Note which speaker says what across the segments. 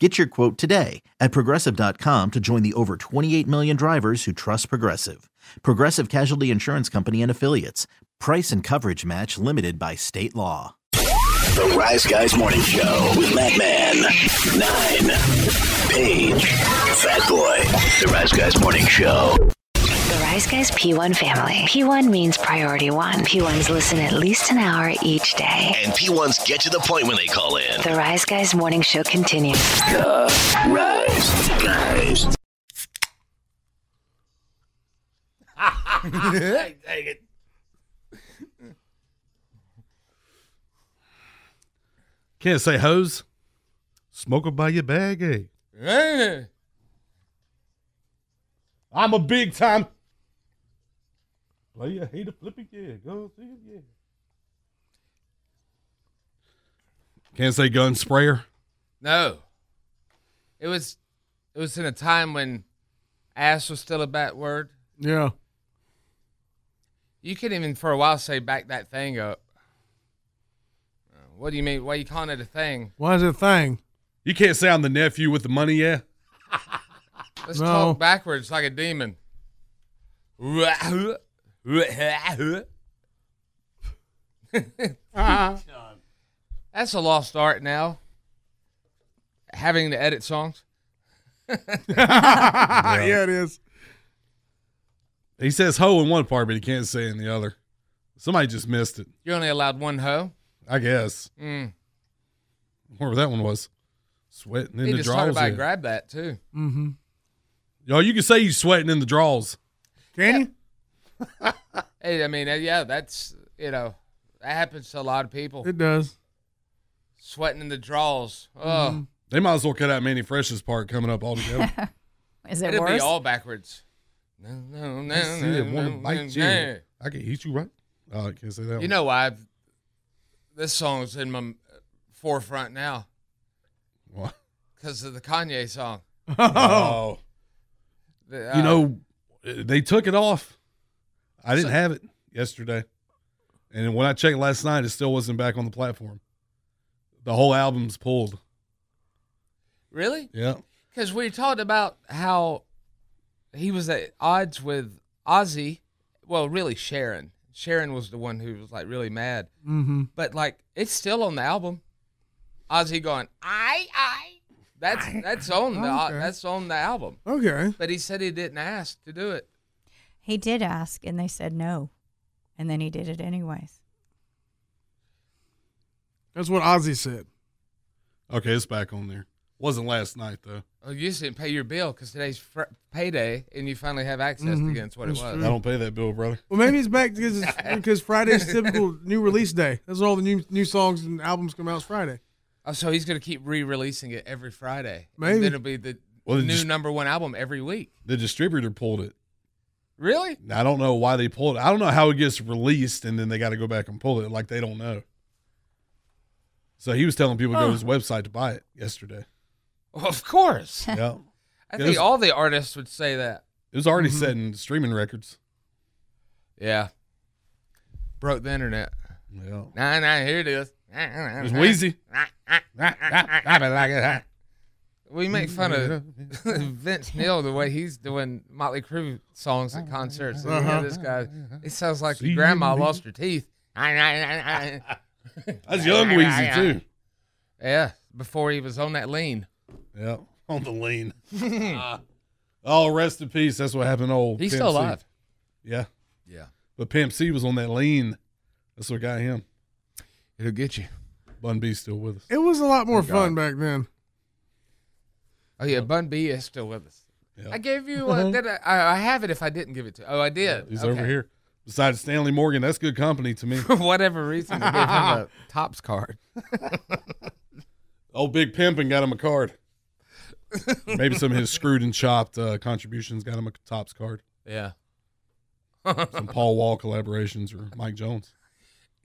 Speaker 1: Get your quote today at progressive.com to join the over 28 million drivers who trust Progressive. Progressive Casualty Insurance Company and Affiliates. Price and coverage match limited by state law.
Speaker 2: The Rise Guys Morning Show with Matt Man, Nine, Paige, Fat Boy. The Rise Guys Morning Show.
Speaker 3: The Rise Guys P1 family. P1 means priority one. P1s listen at least an hour each day.
Speaker 2: And P1s get to the point when they call in.
Speaker 3: The Rise Guys morning show continues.
Speaker 2: The Rise Guys.
Speaker 4: Can't say hose. Smoke it by your eh?" baggie. Ain't it? I'm a big time. Play a hater, flip it, yeah. Go see it, yeah. Can't say gun sprayer.
Speaker 5: No. It was it was in a time when ass was still a bad word.
Speaker 4: Yeah.
Speaker 5: You could even for a while say back that thing up. Uh, What do you mean? Why you calling it a thing?
Speaker 6: Why is it a thing?
Speaker 4: You can't say I'm the nephew with the money, yeah?
Speaker 5: Let's
Speaker 6: No.
Speaker 5: talk backwards like a demon. That's a lost art now. Having to edit songs.
Speaker 6: Yeah, it is.
Speaker 4: He says hoe in one part, but he can't say in the other. Somebody just missed it,
Speaker 5: You're only allowed one hoe.
Speaker 4: I guess.
Speaker 5: Mm.
Speaker 4: Wherever that one was. Sweating in
Speaker 5: He
Speaker 4: the
Speaker 5: just talked
Speaker 4: drawers.
Speaker 5: about
Speaker 4: yeah.
Speaker 5: grab that too.
Speaker 4: Yo, you can say you sweating in the drawers.
Speaker 6: Can you?
Speaker 5: Hey, I mean, uh, yeah, that's you know, that happens to a lot of people.
Speaker 6: It does.
Speaker 5: Sweating in the drawers. Oh,
Speaker 4: They might as well cut out Manny Fresh's part coming up altogether.
Speaker 7: Is it
Speaker 5: it'd
Speaker 7: worse?
Speaker 5: be all backwards. No, no, no,
Speaker 4: I see
Speaker 5: no,
Speaker 4: it wanna
Speaker 5: no,
Speaker 4: bite
Speaker 5: no,
Speaker 4: you.
Speaker 5: no.
Speaker 4: I can eat you, right? Oh, I can't say that.
Speaker 5: You know why? I've, this song's in my uh, forefront now
Speaker 4: one.
Speaker 5: because of the Kanye song.
Speaker 4: Oh,
Speaker 5: The,
Speaker 4: you
Speaker 5: uh,
Speaker 4: know, they took it off. I didn't have it yesterday, and when I checked last night, it still wasn't back on the platform. The whole album's pulled.
Speaker 5: really?
Speaker 4: Yeah,
Speaker 5: Because we talked about how he was at odds with Ozzy. Well, really, Sharon. Sharon was the one who was like really mad.
Speaker 6: Mm-hmm.
Speaker 5: but like it's still on the album. Ozzy going, I, I. That's that's on the
Speaker 6: Okay.
Speaker 5: that's on the album.
Speaker 6: Okay.
Speaker 5: But he said he didn't ask to do it.
Speaker 7: he did ask, and they said no, and then he did it anyways.
Speaker 6: That's what Ozzy said.
Speaker 4: okay, it's back on there. Wasn't last night though.
Speaker 5: Oh, you just didn't pay your bill because today's fr- payday, and you finally have access
Speaker 6: Mhm.
Speaker 5: again. That's what
Speaker 6: That's
Speaker 5: it was.
Speaker 4: I don't pay that bill, brother.
Speaker 6: Well, maybe it's back because it's, because Friday's typical new release day. That's when all the new new songs and albums come out is Friday.
Speaker 5: Oh, so he's gonna keep re-releasing it every Friday. And
Speaker 6: Maybe.
Speaker 5: then it'll be the
Speaker 4: Well, it
Speaker 5: new
Speaker 4: just-
Speaker 5: number one album every week.
Speaker 4: The distributor pulled it.
Speaker 5: Really?
Speaker 4: I don't know why they pulled it. I don't know how it gets released and then they got to go back and pull it. Like they don't know. So he was telling people to go to his website to buy it yesterday.
Speaker 5: Well, of course.
Speaker 4: Yeah.
Speaker 5: I
Speaker 4: Yeah,
Speaker 5: think
Speaker 4: this-
Speaker 5: all the artists would say that.
Speaker 4: It was already set in streaming records.
Speaker 5: Yeah. Broke the internet.
Speaker 4: Yeah.
Speaker 5: Nah, nah. Here it is.
Speaker 4: It was Wheezy.
Speaker 5: We make fun of Vince Neil the way he's doing Motley Crue songs at concerts. And you hear this guy, it sounds like your
Speaker 4: Uh-huh. See
Speaker 5: grandma
Speaker 4: me.
Speaker 5: lost her teeth. yeah,
Speaker 4: That's young Wheezy, too.
Speaker 5: before he was on that lean.
Speaker 4: Yeah. on the lean. oh, rest in peace. That's what happened. to Old
Speaker 5: He's
Speaker 4: Pimp
Speaker 5: still
Speaker 4: C.
Speaker 5: alive.
Speaker 4: Yeah,
Speaker 8: Yeah.
Speaker 4: but Pimp C was on that lean. That's what got him.
Speaker 8: It'll get you.
Speaker 4: Bun B still with us.
Speaker 6: It was a lot more fun back then.
Speaker 5: Oh yeah, Bun B is still with us.
Speaker 4: Yeah.
Speaker 5: I gave you. Uh, did I, I I have it. If I didn't give it to. Oh, I did.
Speaker 4: He's
Speaker 5: Okay.
Speaker 4: over here. Besides Stanley Morgan, that's good company to me.
Speaker 5: For whatever reason, I gave him a tops card.
Speaker 4: Old Big Pimpin' got him a card. Maybe some of his screwed and chopped uh, contributions got him a tops card.
Speaker 5: Yeah.
Speaker 4: Some Paul Wall collaborations or Mike Jones.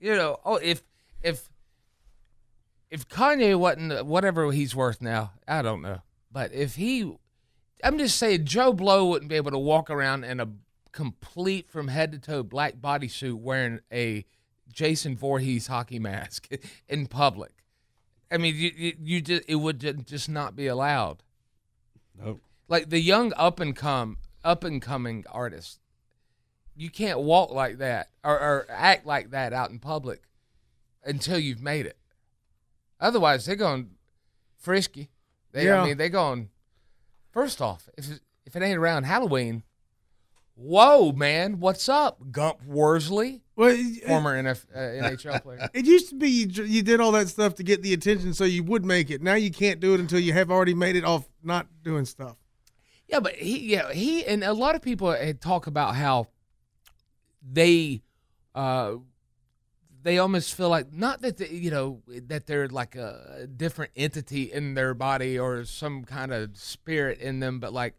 Speaker 5: you know, oh, if if if Kanye wasn't whatever he's worth now, I don't know. But if he, I'm just saying, Joe Blow wouldn't be able to walk around in a complete from head to toe black bodysuit wearing a Jason Voorhees hockey mask in public. I mean, you you, you just it would ju- just not be allowed.
Speaker 4: Nope.
Speaker 5: Like the young up and come up and coming artists, you can't walk like that or, or act like that out in public until you've made it. Otherwise, they're going frisky. They,
Speaker 6: Yeah.
Speaker 5: I mean, they're going. First off, if if it ain't around Halloween, whoa, man, what's up, Gump Worsley,
Speaker 6: Well, it,
Speaker 5: former NF, uh, NHL player?
Speaker 6: it used to be you, dr- you did all that stuff to get the attention so you would make it. Now you can't do it until you have already made it off not doing stuff.
Speaker 5: Yeah, but he, yeah, he, and a lot of people had talk about how they, uh, they almost feel like not that they, you know that they're like a different entity in their body or some kind of spirit in them, but like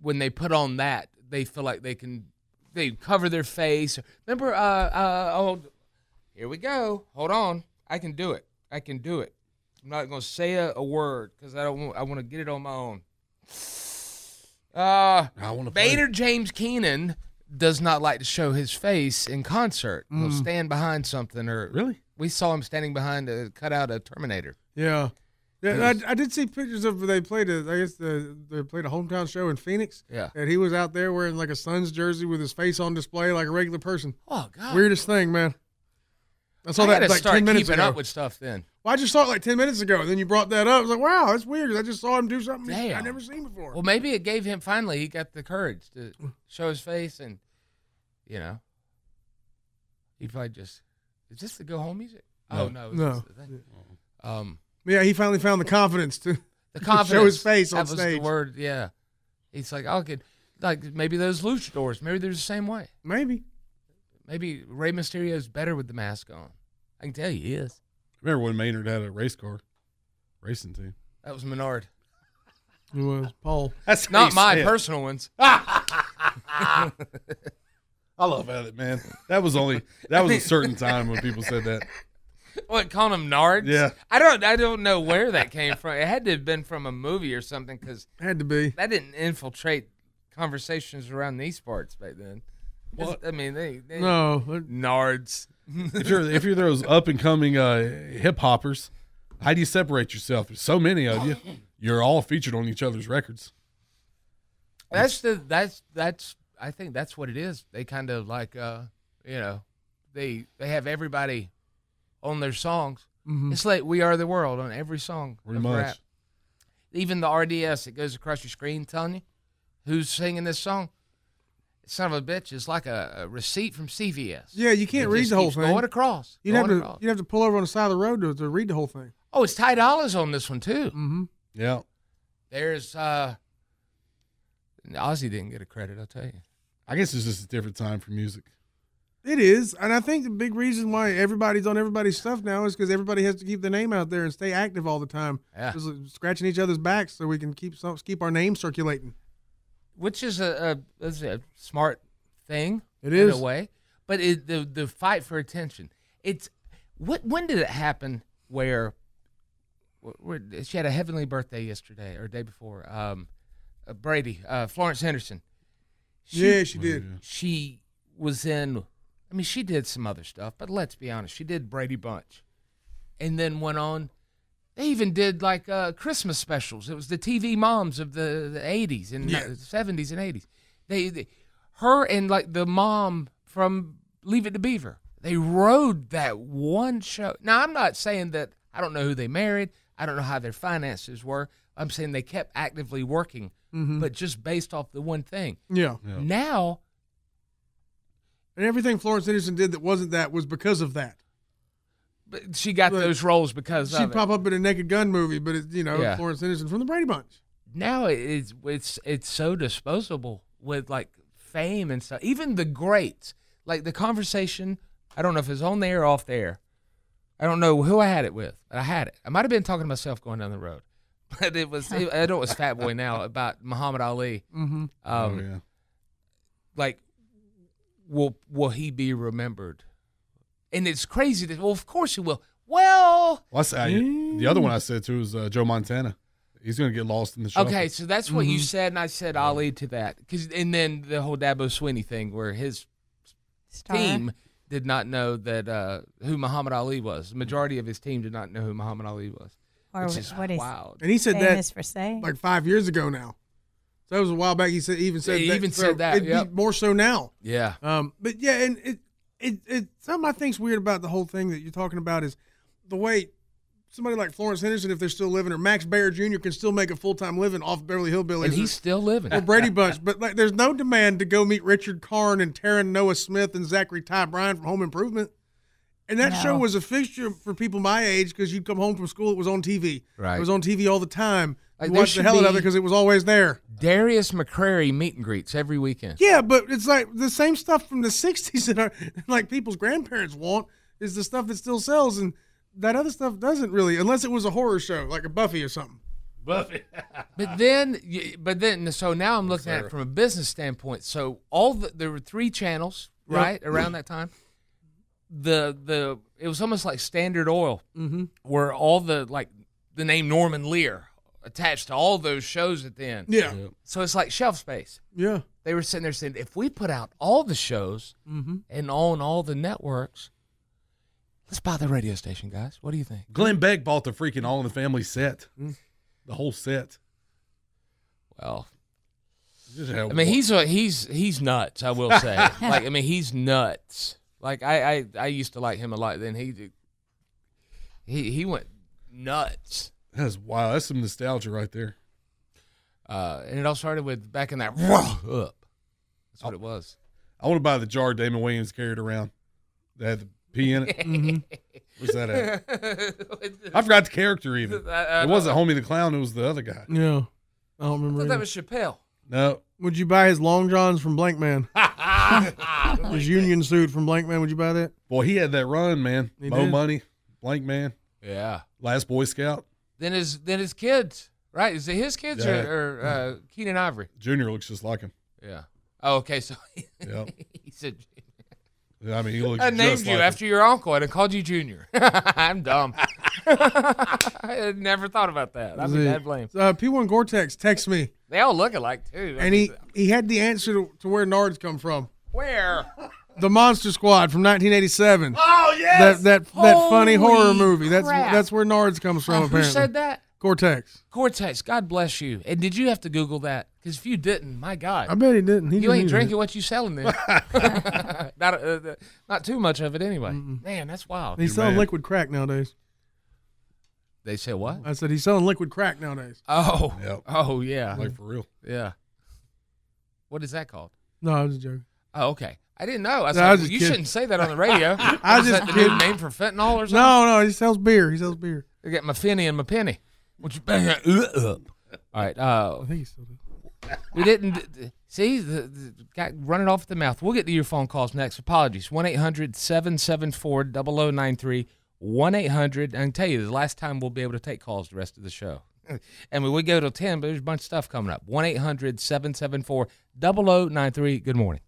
Speaker 5: when they put on that, they feel like they can they cover their face. Remember, uh, uh, oh, here we go. Hold on, I can do it. I can do it. I'm not gonna say a, a word because I don't. Want, I want to get it on my own. Uh,
Speaker 4: I want to
Speaker 5: Bader James Keenan does not like to show his face in concert. He'll stand behind something or
Speaker 4: Really?
Speaker 5: we saw him standing behind a cutout of Terminator.
Speaker 6: Yeah. Yeah, I, I did see pictures of they played a I guess the, they played a hometown show in Phoenix.
Speaker 5: Yeah.
Speaker 6: and he was out there wearing like a Suns jersey with his face on display like a regular person.
Speaker 5: Oh God.
Speaker 6: Weirdest thing, man. I saw
Speaker 5: I
Speaker 6: that
Speaker 5: gotta
Speaker 6: like
Speaker 5: start
Speaker 6: ten minutes
Speaker 5: keeping
Speaker 6: ago.
Speaker 5: up with stuff then.
Speaker 6: well, I just saw it like ten minutes ago, and then you brought that up. I was like, wow, that's weird. I just saw him do something I
Speaker 5: Damn.
Speaker 6: never seen before.
Speaker 5: Well, maybe it gave him finally he got the courage to show his face and you know he probably just is this the go home music? Oh no, it's
Speaker 6: No.
Speaker 5: just the thing. Um,
Speaker 6: yeah, he finally found the confidence to.
Speaker 5: the
Speaker 6: Show his
Speaker 5: confidence.
Speaker 6: face on
Speaker 5: that was
Speaker 6: stage.
Speaker 5: the word. Yeah, he's like I could like maybe those luchadors. Maybe they're the same way.
Speaker 6: Maybe
Speaker 5: Maybe Rey Mysterio's better with the mask on. I can tell you he is.
Speaker 4: Remember when Maynard had a race car racing team?
Speaker 5: That was Menard.
Speaker 6: it was Paul.
Speaker 4: That's how
Speaker 5: Not
Speaker 4: you
Speaker 5: my
Speaker 4: say it.
Speaker 5: personal ones.
Speaker 4: I love that, man. That was only that was a certain time when people said that.
Speaker 5: What, calling them Nards?
Speaker 4: Yeah.
Speaker 5: I don't I don't know where that came from. It had to have been from a movie or something because
Speaker 6: Had to be.
Speaker 5: that didn't infiltrate conversations around these parts back then. Just- I mean, they, they
Speaker 6: No,
Speaker 5: Nards.
Speaker 4: If you're if you're those up and coming uh, hip hoppers, how do you separate yourself? There's so many of you. You're all featured on each other's records.
Speaker 5: That's the that's that's I think that's what it is. They kind of like uh you know they they have everybody on their songs.
Speaker 6: Mm-hmm. Mm.
Speaker 5: It's like We Are the World on every song.
Speaker 4: Pretty
Speaker 5: of
Speaker 4: much.
Speaker 5: rap. Even the RDS that goes across your screen telling you who's singing this song. Son of a bitch is like a, a receipt from CVS.
Speaker 6: yeah, you can't
Speaker 5: It
Speaker 6: read
Speaker 5: just
Speaker 6: the whole
Speaker 5: keeps
Speaker 6: thing.
Speaker 5: Going across.
Speaker 6: you'd have
Speaker 5: going
Speaker 6: to
Speaker 5: across.
Speaker 6: you'd have to pull over on the side of the road to, to read the whole thing.
Speaker 5: Oh, it's Ty Dolla's on this one too.
Speaker 6: Mm-hmm.
Speaker 4: Yeah.
Speaker 5: There's uh Ozzy didn't get a credit, I'll tell you.
Speaker 4: I guess it's just a different time for music.
Speaker 6: It is, and I think the big reason why everybody's on everybody's stuff now is because everybody has to keep their name out there and stay active all the time.
Speaker 5: Yeah.
Speaker 6: Just scratching each other's backs so we can keep some, keep our name circulating.
Speaker 5: which is a, a, is a smart thing
Speaker 6: It
Speaker 5: in
Speaker 6: is.
Speaker 5: a way but it, the the fight for attention it's what when did it happen where, where she had a heavenly birthday yesterday or day before um uh, Brady uh, Florence Henderson
Speaker 6: yeah, she did.
Speaker 5: she was in I mean she did some other stuff but let's be honest she did Brady Bunch and then went on they even did like uh, Christmas specials it was the TV moms of the, the 80s and
Speaker 6: Yeah.
Speaker 5: 70s and 80s they, they her and like the mom from Leave It to Beaver they rode that one show now I'm not saying that I don't know who they married I don't know how their finances were. I'm saying they kept actively working,
Speaker 6: Mhm.
Speaker 5: but just based off the one thing.
Speaker 6: Yeah.
Speaker 4: Yeah.
Speaker 5: Now,
Speaker 6: And everything Florence Henderson did that wasn't that was because of that.
Speaker 5: but she got
Speaker 6: But
Speaker 5: those roles because
Speaker 6: She'd
Speaker 5: of it.
Speaker 6: pop up in a Naked Gun movie, but it's, you know,
Speaker 5: Yeah.
Speaker 6: Florence Henderson from the Brady Bunch.
Speaker 5: now it- it's it's it's so disposable with like fame and stuff. Even the greats, like the conversation. I don't know if it's on there or off there. I don't know who I had it with, but I had it. I might have been talking to myself going down the road, but it was. It, I know it was Fat Boy now about Muhammad Ali.
Speaker 6: Mm-hmm.
Speaker 5: Um,
Speaker 4: oh yeah.
Speaker 5: Like, will will he be remembered? And it's crazy that well, of course he will. Well,
Speaker 4: Well, I said, I- the other one I said too was uh, Joe Montana. He's gonna get lost in the shuffle.
Speaker 5: Okay, so that's what you said, and I said Ali to that. 'Cause- and then the whole Dabo Sweeney thing, where his
Speaker 7: Star.
Speaker 5: team did not know that uh, who Muhammad Ali was. The majority of his team did not know who Muhammad Ali was,
Speaker 7: Or
Speaker 5: which is
Speaker 7: what he's
Speaker 5: wild.
Speaker 6: And he said
Speaker 7: famous
Speaker 6: that
Speaker 7: for saying.
Speaker 6: like five years ago now. So that was a while back. He said even said
Speaker 5: he
Speaker 6: that.
Speaker 5: even
Speaker 6: so
Speaker 5: said that,
Speaker 6: it'd be
Speaker 5: yep.
Speaker 6: more so now.
Speaker 5: Yeah,
Speaker 9: Uh,
Speaker 6: Um, but yeah, and it it it something I think's weird about the whole thing that you're talking about is the way somebody like Florence Henderson, if they're still living, or Max Bayer Jr. can still make a full time living off Beverly Hillbillies.
Speaker 5: and he's
Speaker 6: or-
Speaker 5: still living.
Speaker 6: or Brady Bunch, but like, there's no demand to go meet Richard Karn and Taryn Noah Smith and Zachary Ty Bryan from Home Improvement, and that show
Speaker 7: No.
Speaker 6: was a fixture for people my age because you'd come home from school, it was on TV,
Speaker 5: Right.
Speaker 6: It was on TV all the time.
Speaker 5: Like,
Speaker 6: you
Speaker 5: there
Speaker 6: watched the
Speaker 5: should
Speaker 6: hell out of
Speaker 5: be-
Speaker 6: it because it was always there.
Speaker 5: Darius McCrary meet and greets every weekend.
Speaker 6: Yeah, but it's like the same stuff from the '60s that our like people's grandparents want is the stuff that still sells, and that other stuff doesn't really, unless it was a horror show like a Buffy or something.
Speaker 5: But then, y- but then, so now I'm looking at it from a business standpoint. So all the, there were three channels,
Speaker 6: Yep.
Speaker 5: right, around that time. The the it was almost like Standard Oil, mm-hmm. where all the like the name Norman Lear attached to all those shows at the end.
Speaker 6: Yeah,
Speaker 5: So it's like shelf space.
Speaker 6: yeah,
Speaker 5: They were sitting there saying, if we put out all the shows
Speaker 6: Mm-hmm.
Speaker 5: and on all the networks, let's buy the radio station, guys. What do you think?
Speaker 4: Glenn Beck bought the freaking All in the Family set,
Speaker 5: Mm.
Speaker 4: the whole set.
Speaker 5: Well,
Speaker 4: Just had
Speaker 5: I mean,
Speaker 4: one-
Speaker 5: he's a, he's he's nuts. I will say, like, I mean, he's nuts. Like, I, I I used to like him a lot. Then he he he went nuts.
Speaker 4: that's wow. That's some nostalgia right there.
Speaker 5: Uh, and it all started with back in that up. That's what it was.
Speaker 4: I want to buy the jar Damon Williams carried around that had the pee in it. Where's that at? I forgot the character even.
Speaker 5: I- I
Speaker 4: It wasn't Homie the Clown. It was the other guy.
Speaker 6: yeah. I don't remember.
Speaker 5: uh, that
Speaker 6: either.
Speaker 5: was Chappelle.
Speaker 4: No,
Speaker 6: Would you buy his long johns from Blank Man? his union suit from Blank Man? Would you buy that?
Speaker 4: boy, he had that run, man.
Speaker 6: He
Speaker 4: Mo
Speaker 6: did.
Speaker 4: Money, Blank Man,
Speaker 5: Yeah.
Speaker 4: Last Boy Scout.
Speaker 5: Then his then his kids, right? Is it his kids
Speaker 4: Yeah.
Speaker 5: or, or uh, Keenan Ivory?
Speaker 4: Junior looks just like him.
Speaker 5: Yeah. Oh, okay. So
Speaker 4: Yep.
Speaker 5: he said.
Speaker 4: I mean, he looks.
Speaker 5: I named
Speaker 4: just
Speaker 5: you
Speaker 4: like him.
Speaker 5: after your uncle and I called you Junior. I'm dumb. I had never thought about that. I mean, I blame.
Speaker 6: Uh, P1 Gore-Tex texts me,
Speaker 5: They all look alike too. I
Speaker 6: and
Speaker 5: mean,
Speaker 6: he, he had the answer to, to where Nards come from.
Speaker 5: where?
Speaker 6: The Monster Squad from 1987. Oh, yes! That, that, that funny
Speaker 5: Holy
Speaker 6: horror movie. That's
Speaker 5: crap.
Speaker 6: that's where Nards comes from,
Speaker 5: Who
Speaker 6: apparently.
Speaker 5: said that?
Speaker 6: Gore-Tex.
Speaker 5: Cortex. God bless you. And did you have to Google that? Because if you didn't, my God,
Speaker 6: I bet he didn't. He
Speaker 5: you
Speaker 6: didn't
Speaker 5: ain't
Speaker 6: either.
Speaker 5: drinking what you selling then. not uh, uh, not too much of it anyway. Man, that's wild.
Speaker 6: He's selling liquid crack nowadays.
Speaker 5: They said what?
Speaker 6: I said he's selling liquid crack nowadays.
Speaker 5: Oh.
Speaker 4: Yep.
Speaker 5: Oh yeah.
Speaker 4: Like for real.
Speaker 5: yeah. What is that called?
Speaker 6: No, I was joking.
Speaker 5: Oh, okay. I didn't know. I was
Speaker 6: No, I
Speaker 5: like,
Speaker 6: was
Speaker 5: "Well,
Speaker 6: just
Speaker 5: you
Speaker 6: kidding."
Speaker 5: shouldn't say that on the radio.
Speaker 6: I was
Speaker 5: Is
Speaker 6: just
Speaker 5: that the new
Speaker 6: kidding.
Speaker 5: name for fentanyl or something?
Speaker 6: No, no, he sells beer. He sells beer.
Speaker 5: I got my finny and my penny. What you bang that uh, up? All right. Uh,
Speaker 6: I think he still does.
Speaker 5: we didn't d- d- see the, the got running off at the mouth. We'll get to your phone calls next. Apologies. 1 800 774 0093. 1 800. I can tell you, the last time we'll be able to take calls the rest of the show. And we would go till 10, but there's a bunch of stuff coming up. 1 800 774 0093. Good morning.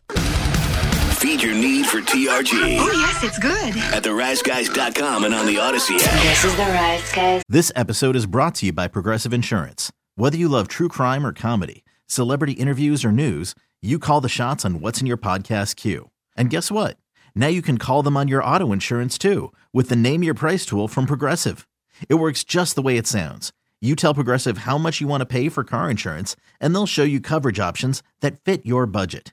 Speaker 2: Feed your need for TRG
Speaker 3: Oh, yes, it's good.
Speaker 2: at theriseguys.com and on the Odyssey app.
Speaker 3: This is the Rise Guys
Speaker 1: This episode is brought to you by Progressive Insurance. Whether you love true crime or comedy, celebrity interviews or news, you call the shots on what's in your podcast queue. And guess what? Now you can call them on your auto insurance too with the Name Your Price tool from Progressive. It works just the way it sounds. You tell Progressive how much you want to pay for car insurance, and they'll show you coverage options that fit your budget.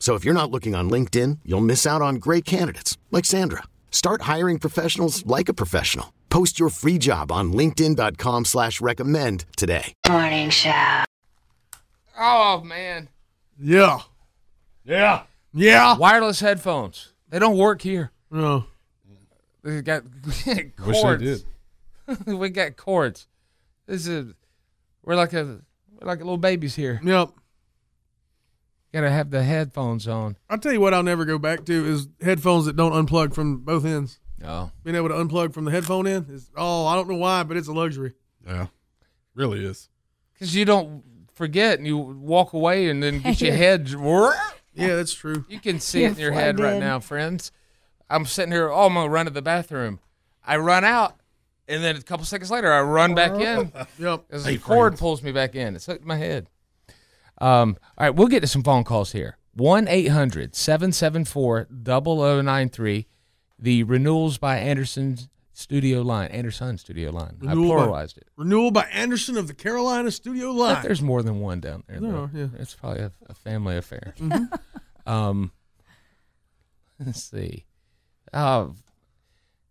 Speaker 10: So if you're not looking on LinkedIn, you'll miss out on great candidates like Sandra. Start hiring professionals like a professional. Post your free job on LinkedIn.com slash recommend today.
Speaker 3: Morning show.
Speaker 5: Oh man,
Speaker 6: Yeah.
Speaker 4: Yeah.
Speaker 6: Yeah.
Speaker 5: wireless headphones. They don't work here.
Speaker 6: No.
Speaker 5: They got
Speaker 4: Wish they
Speaker 5: cords.
Speaker 4: did.
Speaker 5: we got cords. This is we're like a we're like little babies here.
Speaker 6: Yep.
Speaker 5: Gotta have the headphones on.
Speaker 6: I'll tell you what I'll never go back to is headphones that don't unplug from both ends.
Speaker 5: Oh.
Speaker 6: Being able to unplug from the headphone end is oh, I don't know why, but it's a luxury.
Speaker 4: Yeah. Really is.
Speaker 5: Because you don't forget and you walk away and then get your head.
Speaker 6: Yeah, that's true.
Speaker 5: You can see it in your head
Speaker 7: You're
Speaker 5: right
Speaker 7: flooded.
Speaker 5: now, friends. I'm sitting here, oh, I'm going to run to the bathroom. I run out, and then a couple seconds later, I run back in.
Speaker 6: Yep.
Speaker 5: As the cord pulls me back in. It's like my head. Um, all right, we'll get to some phone calls here. 1 800 774 0093, the renewals by Anderson's studio line, Anderson studio line.
Speaker 6: Renewal
Speaker 5: I
Speaker 6: by-
Speaker 5: pluralized it.
Speaker 6: Renewal by Anderson of the Carolina Studio
Speaker 5: I
Speaker 6: Live.
Speaker 5: bet there's more than one down there.
Speaker 6: There
Speaker 5: though.
Speaker 6: are, yeah. Mm-hmm.
Speaker 5: It's probably a, a family affair. um, let's see. Uh,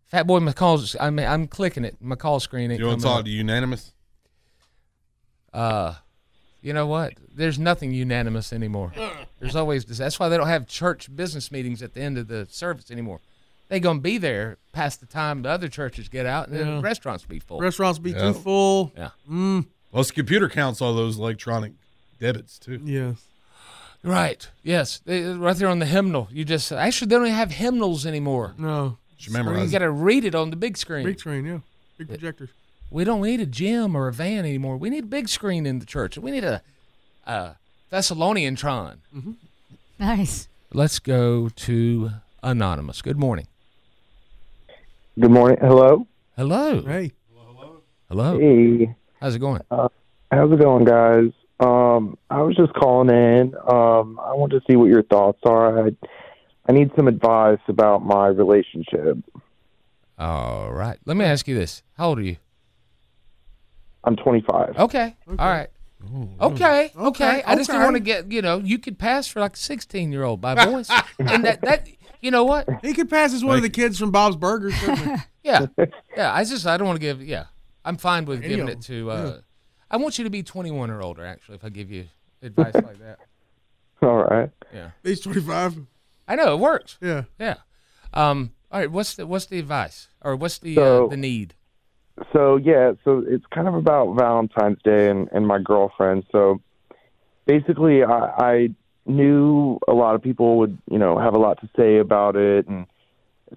Speaker 5: Fat Boy McCall's. I'm I'm clicking it. McCall screen. ain't
Speaker 4: You want to
Speaker 5: coming
Speaker 4: talk to unanimous?
Speaker 5: up. Uh, you know what? There's nothing unanimous anymore. There's always this. That's why they don't have church business meetings at the end of the service anymore. They gonna be there past the time the other churches get out and
Speaker 6: Yeah.
Speaker 5: then restaurants be full.
Speaker 6: Restaurants be
Speaker 4: Yeah.
Speaker 6: too full.
Speaker 5: yeah.
Speaker 6: Mm.
Speaker 4: Plus, the computer counts all those electronic debits too.
Speaker 6: Yes.
Speaker 5: Right. Yes. They, right there on the hymnal. You just actually they don't even have hymnals anymore.
Speaker 6: No.
Speaker 4: Should memorize.
Speaker 5: You
Speaker 4: it.
Speaker 5: got to read it on the big screen.
Speaker 6: Big screen, yeah. Big projectors.
Speaker 5: we don't need a gym or a van anymore. We need a big screen in the church. We need a, a Thessalonian Tron.
Speaker 7: Nice.
Speaker 5: Let's go to Anonymous. Good morning.
Speaker 9: Good morning. Hello.
Speaker 5: Hello.
Speaker 6: Hey.
Speaker 5: Hello.
Speaker 9: Hey.
Speaker 5: How's it going?
Speaker 9: How's it going, guys? Um, I was just calling in. Um, I want to see what your thoughts are. I, I need some advice about my relationship.
Speaker 5: All right. Let me ask you this. How old are you?
Speaker 9: I'm 25.
Speaker 5: Okay. All right. Okay. Okay.
Speaker 6: Okay,
Speaker 5: I just didn't
Speaker 6: okay.
Speaker 5: want to get, you know, you could pass for like a 16 year old by voice. and that, that, you know what?
Speaker 6: He could pass as one of the kids from Bob's Burgers. certainly.
Speaker 5: Yeah. Yeah. I just, I don't want to give, yeah. I'm fine with giving
Speaker 6: of
Speaker 5: it to, uh, I want you to be 21 or older, actually, if I give you advice like that.
Speaker 9: All right.
Speaker 5: Yeah.
Speaker 6: He's 25.
Speaker 5: I know it works.
Speaker 6: Yeah.
Speaker 5: Yeah. Um. All right. What's the What's the advice or what's the uh,
Speaker 9: So-
Speaker 5: the need?
Speaker 9: So yeah, so it's kind of about Valentine's Day and, and my girlfriend. So basically, I, I knew a lot of people would you know have a lot to say about it, and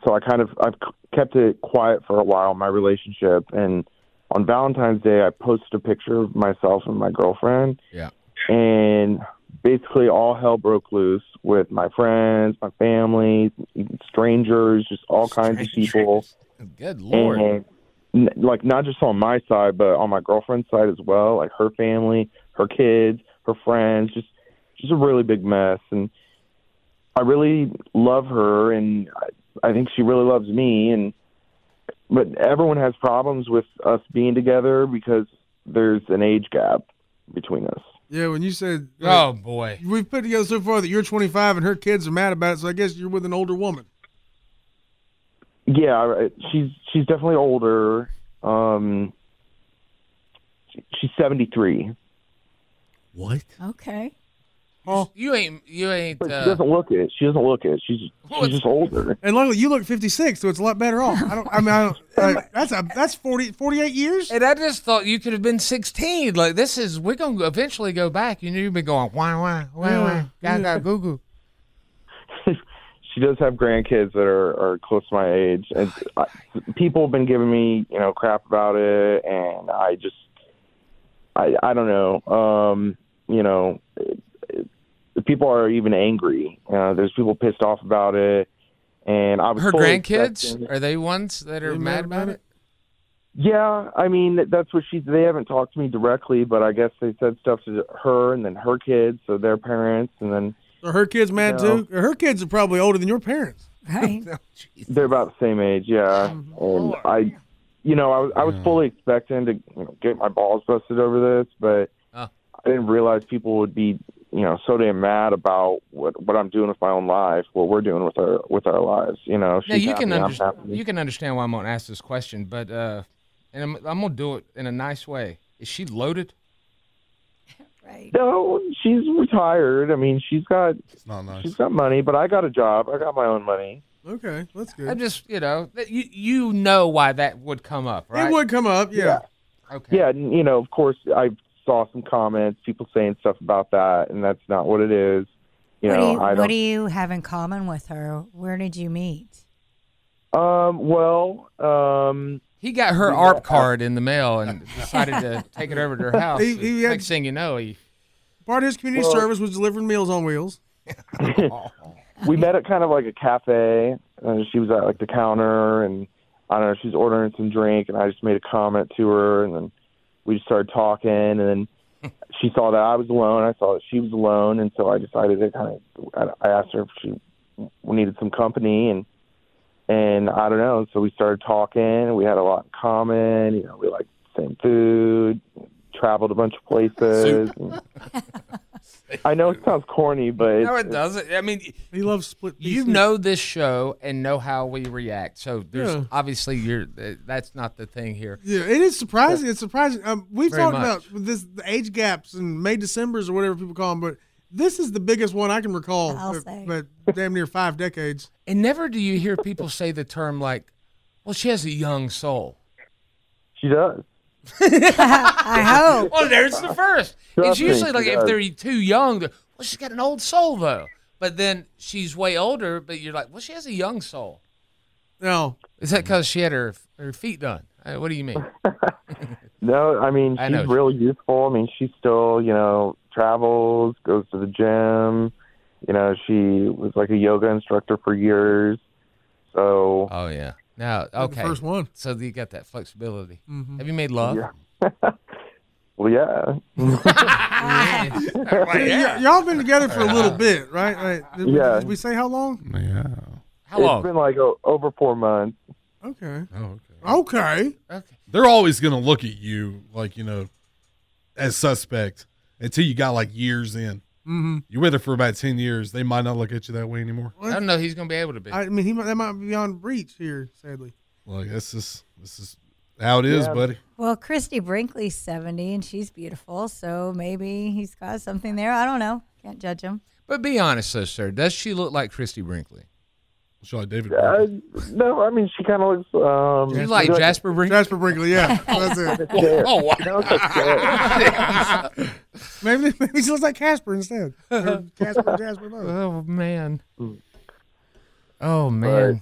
Speaker 9: so I kind of I've c- kept it quiet for a while my relationship. And on Valentine's Day, I posted a picture of myself and my girlfriend.
Speaker 5: Yeah.
Speaker 9: And basically, all hell broke loose with my friends, my family, even strangers, just all kinds of people.
Speaker 5: Good lord.
Speaker 9: And n- like not just on my side, but on my girlfriend's side as well. Like her family, her kids, her friends, just just a really big mess. And I really love her, and I, I think she really loves me. And but everyone has problems with us being together because there's an age gap between us.
Speaker 6: Yeah, when you said
Speaker 5: oh boy.
Speaker 6: we've put together so far that you're 25 and her kids are mad about it, so I guess you're with an older woman.
Speaker 9: Yeah, I- she's she's definitely older. Um, she- she's seventy three.
Speaker 4: What?
Speaker 7: Okay.
Speaker 5: You ain't. You ain't.
Speaker 9: But she
Speaker 5: Uh,
Speaker 9: doesn't look it. She doesn't look it. She's she's just older.
Speaker 6: And luckily, you look 56, so it's a lot better off. I don't. I mean, I don't, like, that's a that's 40, 48 years.
Speaker 5: and I just thought you could have been 16. Like this is. We're gonna eventually go back. You know, you've been going wah wah wah wah
Speaker 6: Yeah.
Speaker 5: ga ga goo goo.
Speaker 9: She does have grandkids that are, are close to my age, and I, people have been giving me you know crap about it, and I just I I don't know. Um, you know, it, it, people are even angry. Uh, there's people pissed off about it, and I was
Speaker 5: Her
Speaker 9: fully
Speaker 5: grandkids
Speaker 9: expecting-
Speaker 5: are they ones that are mad about it?
Speaker 9: Yeah, I mean that's what she. They haven't talked to me directly, but I guess they said stuff to her and then her kids, so their parents, and then
Speaker 6: Are her kids mad
Speaker 9: No.
Speaker 6: too? Her kids are probably older than your parents.
Speaker 7: Right.
Speaker 9: they're about the same age. Yeah,
Speaker 7: Oh,
Speaker 9: and I, you know, I was I was fully expecting to you know, get my balls busted over this, but
Speaker 5: Oh.
Speaker 9: I didn't realize people would be you know so damn mad about what what I'm doing with my own life, what we're doing with our with our lives. You know,
Speaker 5: Now
Speaker 9: she's
Speaker 5: you can
Speaker 9: happy, I'm
Speaker 5: understand.
Speaker 9: happy.
Speaker 5: You can understand why I'm gonna ask this question, but uh, and I'm, I'm gonna do it in a nice way. Is she loaded?
Speaker 9: No, she's retired. I mean, she's got
Speaker 4: not nice.
Speaker 9: she's got money, but I got a job. I got my own money.
Speaker 6: Okay, that's good.
Speaker 5: I just, you know, that you you know why that would come up, right?
Speaker 6: It would come up, yeah.
Speaker 5: Okay.
Speaker 9: Yeah, and, you know, of course, I saw some comments, people saying stuff about that, and that's not what it is. You
Speaker 7: what,
Speaker 9: know,
Speaker 7: do you,
Speaker 9: I
Speaker 7: what
Speaker 9: don't.
Speaker 7: do you have in common with her? Where did you meet?
Speaker 9: um, well, um,
Speaker 5: He got her
Speaker 9: Yeah.
Speaker 5: ARP card in the mail and decided to take it over to her house.
Speaker 6: He- he had-
Speaker 5: Next thing you know, he
Speaker 6: Part of his community
Speaker 9: Well-
Speaker 6: service was delivering meals on wheels.
Speaker 9: we met at kind of like a cafe, and she was at like the counter, and I don't know, she's ordering some drink, and I just made a comment to her, and then we just started talking, and then she saw that I was alone, I saw that she was alone, and so I decided to kind of, I I asked her if she needed some company, and and I don't know, so we started talking, we had a lot in common, you know, we liked the same food, traveled a bunch of places. and- I know it sounds corny, but it's,
Speaker 5: no, it doesn't. I mean,
Speaker 6: He loves split.
Speaker 5: you
Speaker 6: pea
Speaker 5: know this show and know how we react. So there's
Speaker 6: Yeah.
Speaker 5: obviously you're uh, that's not the thing here.
Speaker 6: Yeah, it is surprising. It's surprising. Um, we've
Speaker 5: Very
Speaker 6: talked
Speaker 5: much.
Speaker 6: about this the age gaps and May December's or whatever people call them, but this is the biggest one I can recall.
Speaker 7: I'll
Speaker 6: but,
Speaker 7: say.
Speaker 6: but damn near five decades.
Speaker 5: And never do you hear people say the term like, "Well, she has a young soul."
Speaker 9: she does.
Speaker 7: I hope.
Speaker 5: Well, there's the first. it's
Speaker 9: Trust me,
Speaker 5: usually like
Speaker 9: she
Speaker 5: if
Speaker 9: does.
Speaker 5: they're too young, they're, well, she's got an old soul though. But then she's way older, but you're like, well, she has a young soul.
Speaker 6: No,
Speaker 5: Is that because she had her her feet done? Uh, what do you mean?
Speaker 9: No, I mean
Speaker 5: I
Speaker 9: she's
Speaker 5: know.
Speaker 9: really youthful. I mean she still, you know, travels, goes to the gym. You know, she was like a yoga instructor for years. So
Speaker 5: Oh yeah. Now
Speaker 6: the
Speaker 5: okay.
Speaker 6: first one.
Speaker 5: So you got that flexibility.
Speaker 6: Mhm.
Speaker 5: Have you made love?
Speaker 9: Yeah. well, yeah,
Speaker 6: Y- y'all been together for a little bit, right? Right. Did we,
Speaker 9: Yeah.
Speaker 6: did we say how long?
Speaker 4: Yeah.
Speaker 5: How long?
Speaker 9: it's been like o- over four months.
Speaker 6: Okay.
Speaker 4: Oh, okay.
Speaker 6: Okay.
Speaker 5: okay.
Speaker 4: They're always gonna look at you like you know, as suspect until you got like years in.
Speaker 6: Mm-hmm.
Speaker 4: You're with her for about ten years. They might not look at you that way anymore.
Speaker 5: I don't know. He's gonna be able to be.
Speaker 6: I mean, he might, that might be beyond reach here, sadly.
Speaker 4: Like this is this is how it is,
Speaker 9: Yeah.
Speaker 4: buddy.
Speaker 7: Well, Christy Brinkley's 70 and she's beautiful, so maybe he's got something there. I don't know. Can't judge him.
Speaker 5: but be honest though, sir. Does she look like Christy Brinkley?
Speaker 4: Shall I, David?
Speaker 9: Uh,
Speaker 4: Brody?
Speaker 9: no, I mean she kind of looks. Um,
Speaker 5: You like
Speaker 9: she
Speaker 5: Jasper Brinkley?
Speaker 6: Jasper Brinkley, yeah, that's it.
Speaker 9: Yeah.
Speaker 5: Oh wow.
Speaker 9: she looks like shit.
Speaker 6: Maybe, maybe she looks like Casper instead. Or Casper, Jasper, both.
Speaker 5: Oh man.
Speaker 9: Mm.
Speaker 5: Oh man.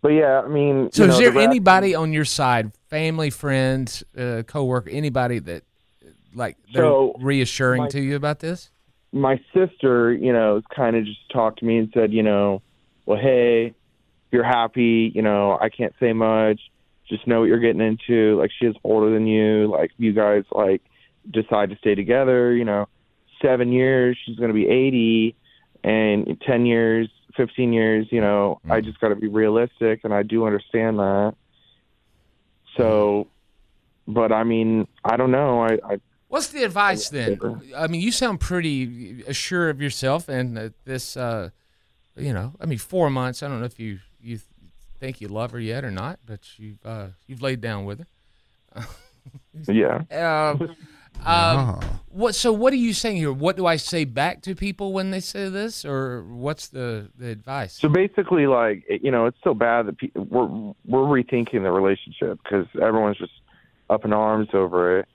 Speaker 9: But yeah, I mean.
Speaker 5: So
Speaker 9: you know,
Speaker 5: is there
Speaker 9: the rest-
Speaker 5: anybody on your side, family, friends, uh, coworker, anybody that uh, like they're
Speaker 9: So,
Speaker 5: reassuring
Speaker 9: my-
Speaker 5: to you about this?
Speaker 9: my sister, you know, kind of just talked to me and said, you know, well, hey, if you're happy, you know, I can't say much. Just know what you're getting into. Like, she is older than you. Like, you guys, like, decide to stay together, you know, seven years, she's going to be 80, and in 10 years, 15 years, you know, I just got to be realistic, and I do understand that. So, but I mean, I don't know. I, I
Speaker 5: What's the advice then?
Speaker 9: sure.
Speaker 5: I mean, you sound pretty uh, sure of yourself, and uh, this, uh, you know, I mean, four months. I don't know if you you think you love her yet or not, but you've uh, you've laid down with her.
Speaker 9: yeah.
Speaker 5: Um,
Speaker 4: Uh-huh.
Speaker 5: Um, What? So what are you saying here? What do I say back to people when they say this, or what's the, the advice?
Speaker 9: So basically, like it- you know, it's so bad that pe- we're we're rethinking the relationship because everyone's just up in arms over it.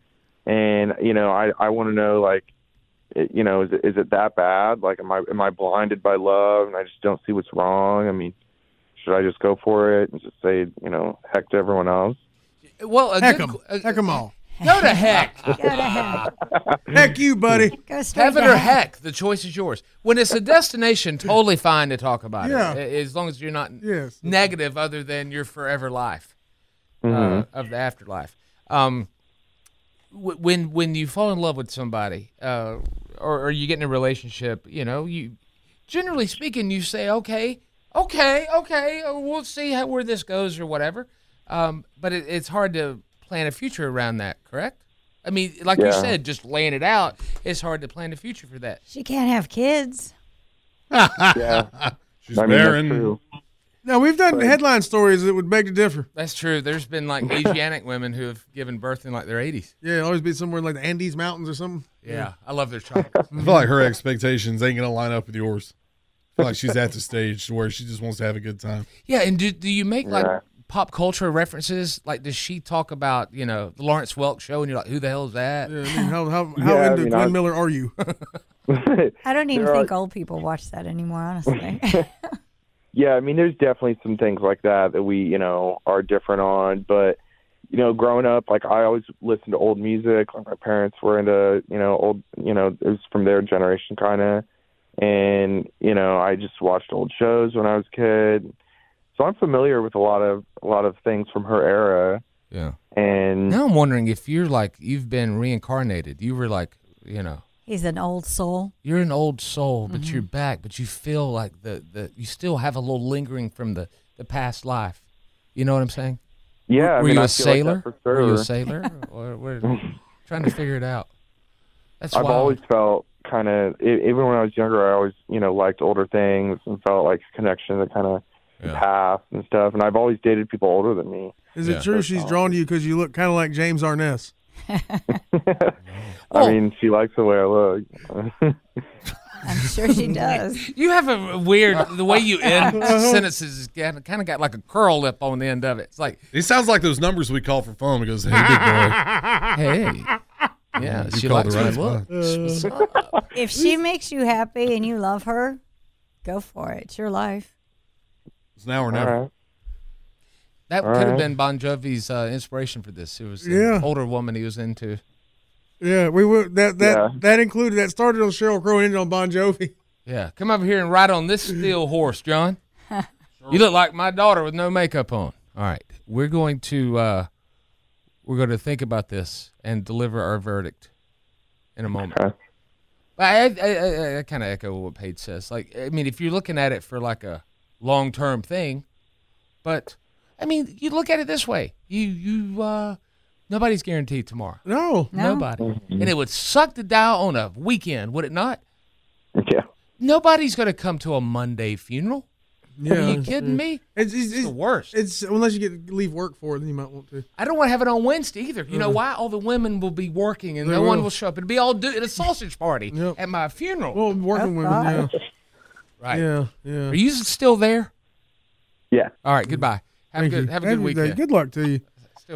Speaker 9: And you know, I I want to know like, it, you know, is it, is it that bad? Like, am I am I blinded by love and I just don't see what's wrong? I mean, should I just go for it and just say you know heck to everyone else?
Speaker 5: Well, a
Speaker 6: heck them, heck
Speaker 5: uh,
Speaker 6: them all.
Speaker 5: Go to heck.
Speaker 7: Go to heck.
Speaker 6: Heck you, buddy.
Speaker 7: Go straight
Speaker 5: Heaven
Speaker 7: to
Speaker 5: or heck, the choice is yours. When it's a destination, totally fine to talk about
Speaker 6: Yeah.
Speaker 5: it, a- as long as you're not
Speaker 6: Yes.
Speaker 5: negative, other than your forever life uh,
Speaker 9: Mhm.
Speaker 5: of the afterlife. Um, wh- when when you fall in love with somebody, uh, or, or you get in a relationship, you know, you generally speaking, you say, okay, okay, okay, uh, we'll see how where this goes or whatever. Um, but it, it's hard to plan a future around that, correct? I mean, like you
Speaker 9: Yeah.
Speaker 5: said, just laying it out, it's hard to plan a future for that.
Speaker 7: She can't have kids.
Speaker 9: Yeah,
Speaker 4: She's
Speaker 9: I mean, that's
Speaker 4: barren.
Speaker 9: true.
Speaker 6: Now we've done headline stories that would beg to differ.
Speaker 5: That's true. There's been like Asiatic women who have given birth in like their 80s.
Speaker 6: Yeah, it'd always be somewhere like the Andes Mountains or something.
Speaker 5: Yeah, I love their chocolate.
Speaker 4: I feel like her expectations ain't gonna line up with yours. I feel like she's at the stage where she just wants to have a good time.
Speaker 5: yeah, and do, do you make like
Speaker 9: Yeah.
Speaker 5: pop culture references? Like, does she talk about you know the Lawrence Welk show, and you're like, who the hell is that?
Speaker 6: Yeah, I mean, how how,
Speaker 9: Yeah,
Speaker 6: how
Speaker 9: I
Speaker 6: into
Speaker 9: mean,
Speaker 6: Glenn
Speaker 9: I-
Speaker 6: Miller are you?
Speaker 7: I don't even
Speaker 9: There are-
Speaker 7: think old people watch that anymore, honestly.
Speaker 9: Yeah, I mean, there's definitely some things like that that we, you know, are different on. But, you know, growing up, like I always listened to old music. Like my parents were into, you know, old, you know, it was from their generation kind of. And, you know, I just watched old shows when I was a kid. So I'm familiar with a lot of a lot of things from her era.
Speaker 5: Yeah.
Speaker 9: And
Speaker 5: Now I'm wondering if you're like you've been reincarnated. You were like you know
Speaker 7: He's an old soul.
Speaker 5: you're an old soul, but you're back, but you feel like the the you still have a little lingering from the the past life. You know what I'm saying?
Speaker 9: yeah, I
Speaker 5: were
Speaker 9: mean,
Speaker 5: you
Speaker 9: I feel like
Speaker 5: a
Speaker 9: that
Speaker 5: sailor?
Speaker 9: for
Speaker 5: Were you a
Speaker 9: sure.
Speaker 5: sailor? or we're trying to figure it out. That's
Speaker 9: I've
Speaker 5: wild.
Speaker 9: always felt kind of even when I was younger, I always you know liked older things and felt like a connection to kind of the past and stuff. And I've always dated people older than me.
Speaker 6: Is it true she's drawn to you because you look kind of like James Arness?
Speaker 5: Oh.
Speaker 9: I mean, she likes the way I look.
Speaker 7: I'm sure she does.
Speaker 5: You have a weird the way you end sentences is kind of got like a curl lip on the end of it. It's like,
Speaker 4: It sounds like those numbers we call for phone. It goes, hey, big boy.
Speaker 5: hey, yeah,
Speaker 4: You
Speaker 5: she
Speaker 4: called
Speaker 5: likes
Speaker 4: the
Speaker 5: my
Speaker 4: right
Speaker 5: look. uh, What's up?
Speaker 7: If she makes you happy and you love her, go for it. It's your life.
Speaker 4: It's now or
Speaker 9: All
Speaker 4: never.
Speaker 9: right.
Speaker 5: That
Speaker 9: All
Speaker 5: could have
Speaker 9: right.
Speaker 5: been Bon Jovi's uh, inspiration for this. It was an
Speaker 6: Yeah.
Speaker 5: older woman he was into.
Speaker 6: Yeah, we were that that
Speaker 9: Yeah.
Speaker 6: that included that started on Cheryl Crow and ended on Bon Jovi.
Speaker 5: Yeah, come over here and ride on this steel horse, John. You look like my daughter with no makeup on. All right, we're going to uh, we're going to think about this and deliver our verdict in a moment.
Speaker 9: Okay.
Speaker 5: I I, I, I kind of echo what Paige says. Like, I mean, if you're looking at it for like a long term thing, but I mean, you look at it this way: you you uh, nobody's guaranteed tomorrow.
Speaker 6: No,
Speaker 7: No.
Speaker 5: Nobody, and it would suck to die on a weekend, would it not?
Speaker 9: Yeah.
Speaker 5: Nobody's going to come to a Monday funeral. Are you
Speaker 6: yeah,
Speaker 5: kidding me?
Speaker 6: it's it's,
Speaker 5: It's the
Speaker 6: it's,
Speaker 5: worst.
Speaker 6: it's unless you get leave work for it, then you might want to.
Speaker 5: I don't want to have it on Wednesday either. You know why? All the women will be working and
Speaker 6: They
Speaker 5: no one
Speaker 6: will.
Speaker 5: will show up. It'll be all do at a sausage party
Speaker 6: Yep.
Speaker 5: at my funeral.
Speaker 6: Well, working women, yeah,
Speaker 7: God.
Speaker 5: right.
Speaker 6: yeah, yeah.
Speaker 5: Are you still there?
Speaker 9: Yeah.
Speaker 5: All right. Goodbye. Have a
Speaker 6: Thank
Speaker 5: good
Speaker 6: you.
Speaker 5: have a
Speaker 6: Thank
Speaker 5: good
Speaker 6: you, Dave.
Speaker 5: weekend.
Speaker 6: Good luck to you.
Speaker 5: Still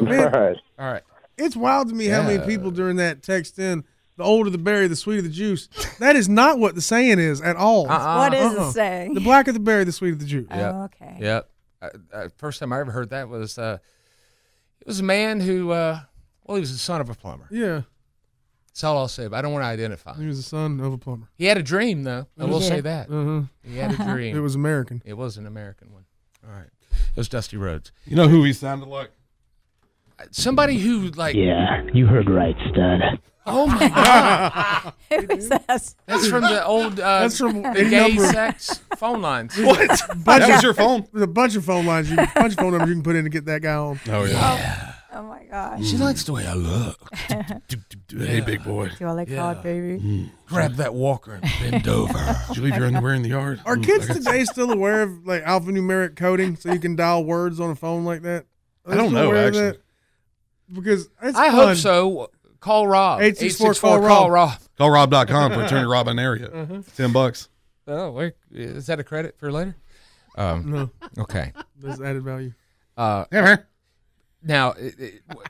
Speaker 9: All
Speaker 5: there.
Speaker 9: right.
Speaker 5: All right.
Speaker 6: It's wild to me how many people during that text in the older the berry, the sweeter the juice. That is not what the saying is at all.
Speaker 5: Uh-uh.
Speaker 7: what is
Speaker 6: uh-uh.
Speaker 7: Uh-huh. the saying?
Speaker 6: The blacker the berry, the sweeter the juice.
Speaker 5: Yep.
Speaker 7: Oh, okay.
Speaker 5: Yep. Uh, uh, first time I ever heard that was uh, it was a man who uh, well he was the son of a plumber.
Speaker 6: Yeah,
Speaker 5: That's all I'll say. But I don't want to identify.
Speaker 6: he was the son of a plumber.
Speaker 5: He had a dream though. I will say that
Speaker 6: Uh-huh.
Speaker 5: he had a dream.
Speaker 6: It was American.
Speaker 5: It was an American one. All right. It was Dusty Rhodes.
Speaker 4: You know who he sounded like?
Speaker 5: Somebody who like
Speaker 11: Yeah, you heard right, stud.
Speaker 5: oh my god.
Speaker 7: It was us.
Speaker 5: That's from the old uh
Speaker 6: That's from
Speaker 5: the
Speaker 6: any
Speaker 5: gay
Speaker 6: number of-
Speaker 5: sex phone lines.
Speaker 4: What? that was your phone?
Speaker 6: There's a bunch of phone lines, you, a bunch of phone numbers you can put in to get that guy on.
Speaker 4: Oh, yeah.
Speaker 7: Oh my gosh.
Speaker 5: She likes the way I look.
Speaker 4: Hey, big boy.
Speaker 7: Do all they call it, baby?
Speaker 5: Grab that walker and
Speaker 4: Bend over. Did you leave your underwear in the yard?
Speaker 6: Are
Speaker 5: Hmm.
Speaker 6: kids today still aware of like alphanumeric coding, so you can dial words on a phone like that? Are
Speaker 4: I
Speaker 6: they
Speaker 4: don't
Speaker 6: still
Speaker 4: know,
Speaker 6: aware of
Speaker 4: actually.
Speaker 6: that? because it's
Speaker 5: I
Speaker 6: fun.
Speaker 5: hope so. Call Rob.
Speaker 6: 864
Speaker 5: call Rob.
Speaker 4: Call Rob.com for attorney Rob in area.
Speaker 6: Uh-huh.
Speaker 5: Mhm.
Speaker 4: 10 bucks.
Speaker 5: Oh, where, is that a credit for later?
Speaker 8: Um,
Speaker 6: No.
Speaker 8: Okay.
Speaker 6: That's added value.
Speaker 5: Uh, Now, it- it- w-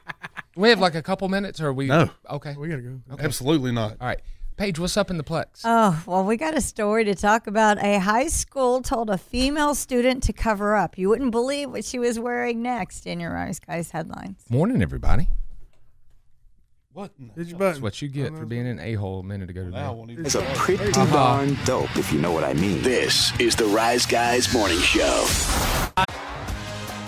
Speaker 5: we have like a couple minutes, or we?
Speaker 4: No.
Speaker 5: Okay.
Speaker 6: We gotta go.
Speaker 5: Okay.
Speaker 4: Absolutely not.
Speaker 5: All right. Paige, what's up in the plex?
Speaker 7: Oh, well, we got a story to talk about. A high school told a female student to cover up. You wouldn't believe what she was wearing next in your Rise Guys headlines.
Speaker 5: Morning, everybody.
Speaker 4: What?
Speaker 6: Did you
Speaker 5: That's what you get for being an a hole a minute ago today.
Speaker 2: It's a pretty
Speaker 5: Uh-huh.
Speaker 2: darn dope, if you know what I mean. This is the Rise Guys Morning Show.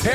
Speaker 12: Hey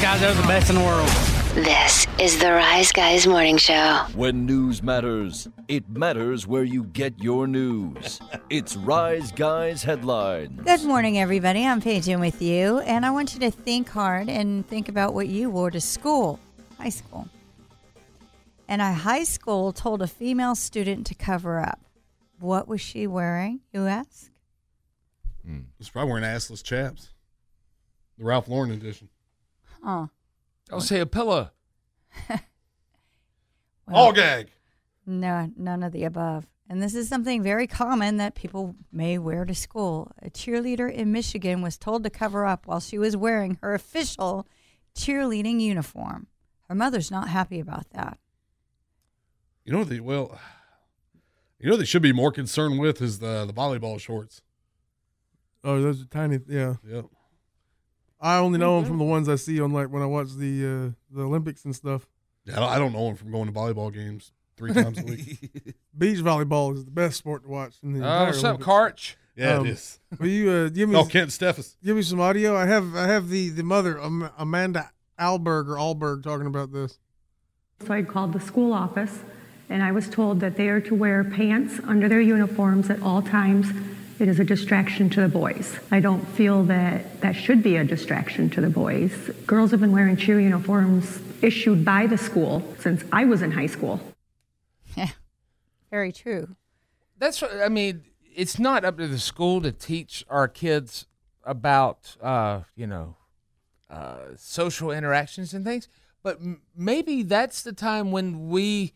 Speaker 13: Guys, they're the best in the world.
Speaker 3: This is the Rise Guys Morning Show.
Speaker 14: When news matters, it matters where you get your news. It's Rise Guys Headlines.
Speaker 7: Good morning, everybody. I'm Paige in with you, and I want you to think hard and think about what you wore to school, high school. And a high school told a female student to cover up. What was she wearing, you ask?
Speaker 4: It's probably wearing assless chaps. The Ralph Lauren edition.
Speaker 7: Huh.
Speaker 5: Don't Oh, say a pillow.
Speaker 4: All gag.
Speaker 7: No, none of the above. And this is something very common that people may wear to school. A cheerleader in Michigan was told to cover up while she was wearing her official cheerleading uniform. Her mother's not happy about that.
Speaker 4: You know the well. You know they should be more concerned with is the the volleyball shorts.
Speaker 6: Oh, those are tiny. Yeah.
Speaker 4: Yep.
Speaker 6: I only know them from the ones I see on like when I watch the uh, the Olympics and stuff.
Speaker 4: Yeah, I don't- I don't know them from going to volleyball games three times a week.
Speaker 6: Beach volleyball is the best sport to watch. In the
Speaker 5: Oh,
Speaker 6: entire
Speaker 5: what's
Speaker 6: Olympics.
Speaker 5: up,
Speaker 6: Um,
Speaker 5: Karch?
Speaker 4: Yeah, it is.
Speaker 6: Will you uh, give me?
Speaker 4: Oh, Kent Steffes.
Speaker 6: Give me some audio. I have I have the the mother Am- Amanda Alberg or Alberg talking about this.
Speaker 15: So I called the school office, and I was told that they are to wear pants under their uniforms at all times. It is a distraction to the boys. I don't feel that that should be a distraction to the boys. Girls have been wearing cheer uniforms issued by the school since I was in high school.
Speaker 7: Very true.
Speaker 5: That's what I mean. It's not up to the school to teach our kids about uh, you know uh, social interactions and things, but m- maybe that's the time when we.